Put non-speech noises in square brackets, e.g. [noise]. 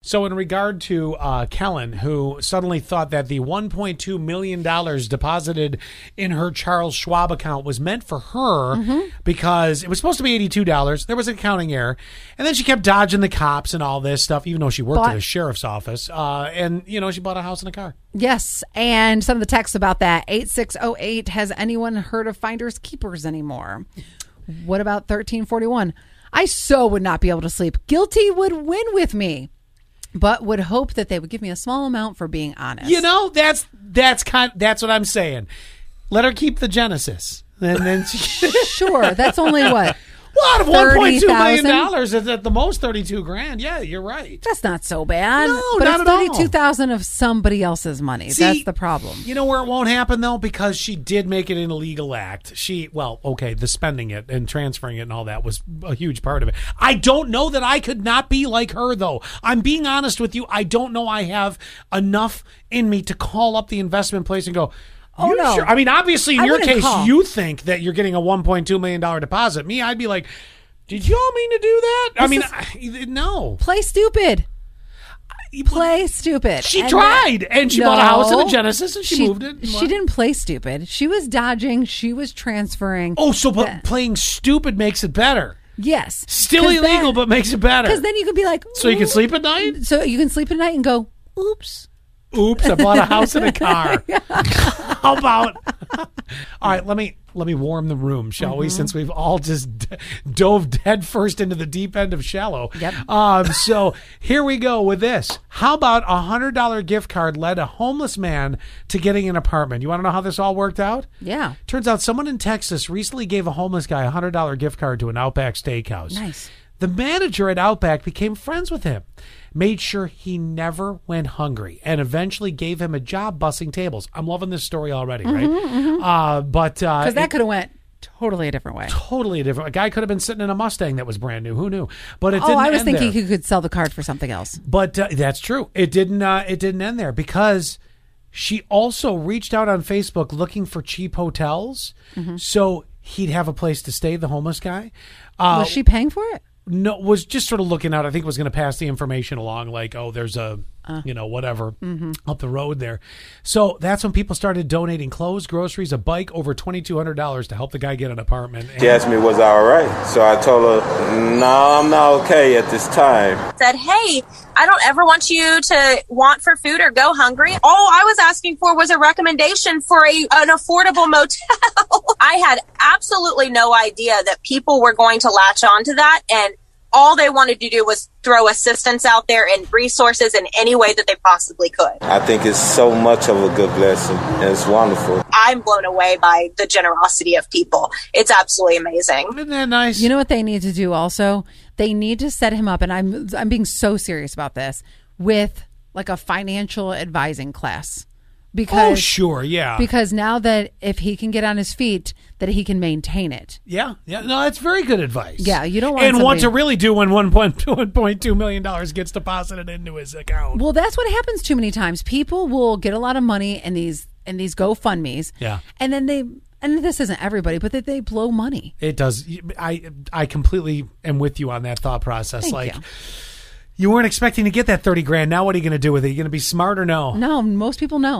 So, in regard to uh, Kellen, who suddenly thought that the $1.2 million deposited in her Charles Schwab account was meant for her because it was supposed to be $82. There was an accounting error. And then she kept dodging the cops and all this stuff, even though she worked Bought- at a sheriff's office. Uh, and, you know, she bought a house and a car. Yes, and some of the texts about that. 8608 has anyone heard of finders keepers anymore? What about 1341? I so would not be able to sleep. Guilty would win with me, but would hope that they would give me a small amount for being honest. You know, that's that's kind that's what I'm saying. Let her keep the Genesis. And then [laughs] she [laughs] sure, that's only what. Well, out of one point two million 30,000? dollars, it's at the most thirty two grand. Yeah, you're right. That's not so bad. No, but not it's at all. 32,000 of somebody else's money. that's See, the problem. You know where it won't happen though, because she did make it an illegal act. She, well, okay, the spending it and transferring it and all that was a huge part of it. I don't know that I could not be like her though. I'm being honest with you. I don't know I have enough in me to call up the investment place and go. Oh, "You no. sure?" I mean, obviously, in I your wouldn't case, call. you think that you're getting a 1.2 million dollar deposit. Me, I'd be like, "Did y'all mean to do that?" I This mean, is- I, no. Play stupid. You Play stupid. She And tried, that- and she bought a house and a No. Genesis, and she moved it. She What? didn't play stupid. She was dodging. She was transferring. Oh, so but playing stupid makes it better. yes, Still illegal, but makes it better. because then you could be like, so you can "Ooh." sleep at night. So you can sleep at night and go, "Oops." Oops, I bought a house and a car. [laughs] How about? [laughs] All right, let me let me warm the room, shall we? Since we've all just d- dove head first into the deep end of shallow. Yep. Um, so here we go with this. How about a hundred dollar gift card led a homeless man to getting an apartment? You want to know how this all worked out? Yeah. Turns out someone in Texas recently gave a homeless guy a hundred dollar gift card to an Outback Steakhouse. Nice. The manager at Outback became friends with him, made sure he never went hungry, and eventually gave him a job bussing tables. I'm loving this story already, right? Uh, but uh, Because it- Mm-hmm, that could have went totally a different way. [laughs] totally different. A guy could have been sitting in a Mustang that was brand new. Who knew? But it Oh, didn't I was end thinking there. you could sell the card for something else. But uh, that's true. It didn't. Uh, it didn't end there because she also reached out on Facebook looking for cheap hotels, Mm-hmm. so he'd have a place to stay. The homeless guy. Uh, Was she paying for it? no, was just sort of looking out. I think was going to pass the information along, like, oh, there's a, Uh. you know, whatever Mm-hmm. up the road there. So that's when people started donating clothes, groceries, a bike, over twenty two hundred dollars to help the guy get an apartment. And She asked me, was I all right? So I told her, no, I'm not okay at this time. said, Hey, I don't ever want you to want for food or go hungry. All I was asking for was a recommendation for a, an affordable motel. [laughs] I had absolutely no idea that people were going to latch on to that. And all they wanted to do was throw assistance out there and resources in any way that they possibly could. I think it's so much of a good blessing. And it's wonderful. I'm blown away by the generosity of people. It's absolutely amazing. Isn't that nice? You know what they need to do also? They need to set him up and I'm I'm being so serious about this with like a financial advising class. oh Because sure, yeah, because now that if he can get on his feet that he can maintain it. yeah, yeah. No, that's very good advice. Yeah, you don't want and what somebody- to really do when one point one point two million dollars gets deposited into his account. Well, that's what happens too many times. People will get a lot of money in these in these GoFundMe's. Yeah. And then they and this isn't everybody, but that they blow money. It does. I I completely am with you on that thought process. Thank like. you. You weren't expecting to get that thirty grand. Now, what are you going to do with it? You going to be smart or No, most people know.